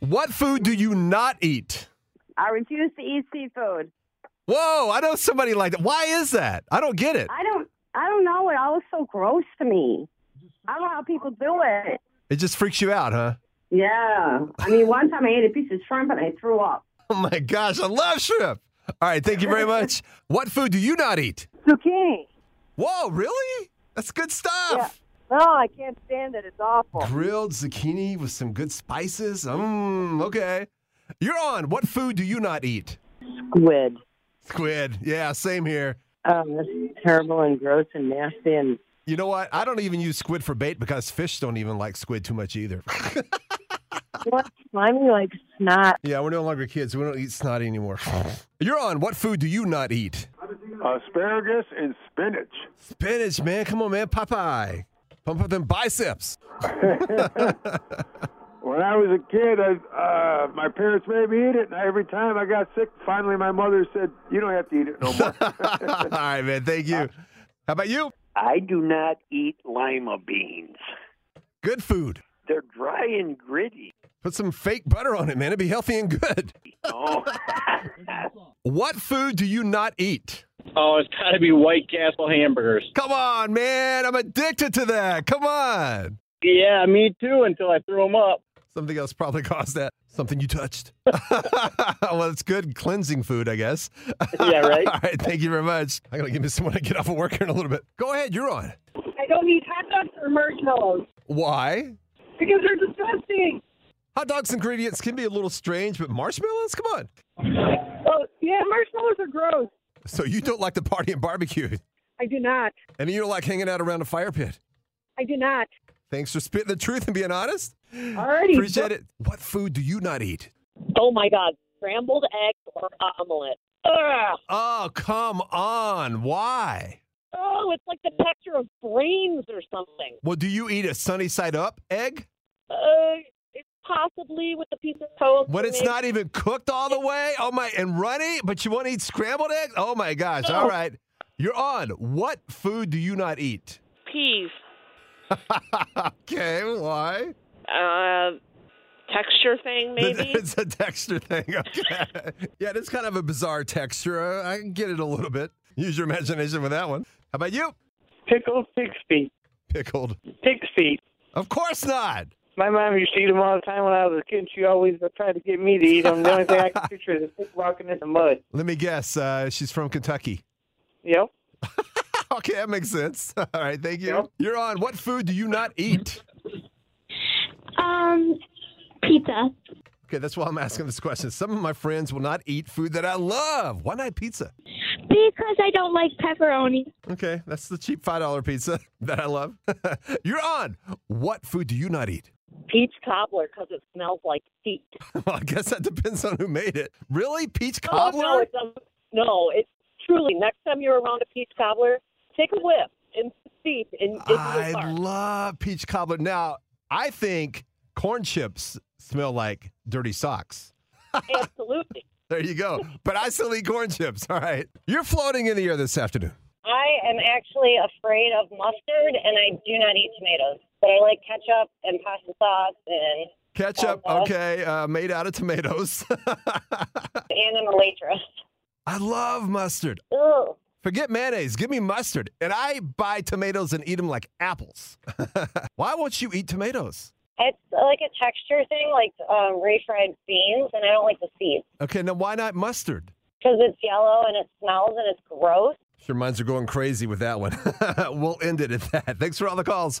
What food do you not eat? I refuse to eat seafood. Whoa, I know somebody like that. Why is that? I don't get it. I don't. I don't know. It all is so gross to me. I don't know how people do it. It just freaks you out, huh? Yeah. I mean, one time I ate a piece of shrimp and I threw up. Oh my gosh, I love shrimp. All right, thank you very much. what food do you not eat? Zucchini. Whoa, really? That's good stuff. No, Oh, I can't stand it. It's awful. Grilled zucchini with some good spices. Mmm, okay. You're on. What food do you not eat? Squid. Squid. Yeah, same here. Um, it's terrible and gross and nasty and You know what? I don't even use squid for bait because fish don't even like squid too much either. what slimy like snot. yeah, we're no longer kids. We don't eat snotty anymore. You're on. What food do you not eat? Asparagus and spinach. Spinach, man. Come on, man. Popeye. Pump up them biceps. When I was a kid, I, uh, my parents made me eat it, and every time I got sick, finally my mother said, "You don't have to eat it no more." All right, man. Thank you. How about you? I do not eat lima beans. Good food. They're dry and gritty. Put some fake butter on it, man. It'd be healthy and good. Oh, What food do you not eat? Oh, it's got to be White Castle hamburgers. Come on, man. I'm addicted to that. Come on. Yeah, me too. Until I threw them up. Something else probably caused that. Something you touched. well, it's good cleansing food, I guess. Yeah, right. All right. Thank you very much. I'm going to give me someone to get off of work here in a little bit. Go ahead. You're on. I don't eat hot dogs or marshmallows Why? because they're disgusting. Hot dogs ingredients can be a little strange, but marshmallows? Come on. Oh, yeah, marshmallows are gross. So you don't like to party and barbecue, I do not. and you don't like hanging out around a fire pit. I do not. Thanks for spitting the truth and being honest. Alrighty. Appreciate it. What food do you not eat? Oh my God, scrambled eggs or omelet. Ugh. Oh, come on. Why? Oh, it's like the texture of brains or something. Well, do you eat a sunny side up egg Uh, it's possibly with a piece of toast. when it's maybe. not even cooked all the way? Oh my, and runny, but you want to eat scrambled eggs? Oh my gosh. All right. You're on. What food do you not eat? peas. okay, why? Uh, texture thing, maybe. It's a texture thing. Okay. yeah, it's kind of a bizarre texture. Uh, I can get it a little bit. Use your imagination with that one. How about you? Pickled pig's feet. Pickled. Pig's feet. Of course not. My mom used to eat them all the time when I was a kid. She always tried to get me to eat them. The only thing I could picture is a pig walking in the mud. Let me guess. Uh, she's from Kentucky. Yep. Okay, that makes sense. All right, thank you. Yep. You're on. What food do you not eat? Um, pizza. Okay, that's why I'm asking this question. Some of my friends will not eat food that I love. Why not pizza? Because I don't like pepperoni. Okay, that's the cheap $5 pizza that I love. You're on. What food do you not eat? peach cobbler because it smells like feet. Well, I guess that depends on who made it. Really? Peach Oh cobbler? no, it doesn't. No, it's truly. Next time you're around a peach cobbler, take a whip and see, and give I me a bark. love peach cobbler. Now, I think corn chips smell like dirty socks. Absolutely. There you go. But I still eat corn chips. All right. You're floating in the air this afternoon. I am actually afraid of mustard, and I do not eat tomatoes, but I like ketchup and pasta sauce, and Ketchup, Uh-huh. okay, uh, made out of tomatoes. and I'm a waitress. I love mustard. Ugh. Forget mayonnaise. Give me mustard. And I buy tomatoes and eat them like apples. Why won't you eat tomatoes? It's like a texture thing, like um, refried beans, and I don't like the seeds Okay, now why not mustard? because it's yellow and it smells and it's gross. Your minds are going crazy with that one. we'll end it at that. Thanks for all the calls.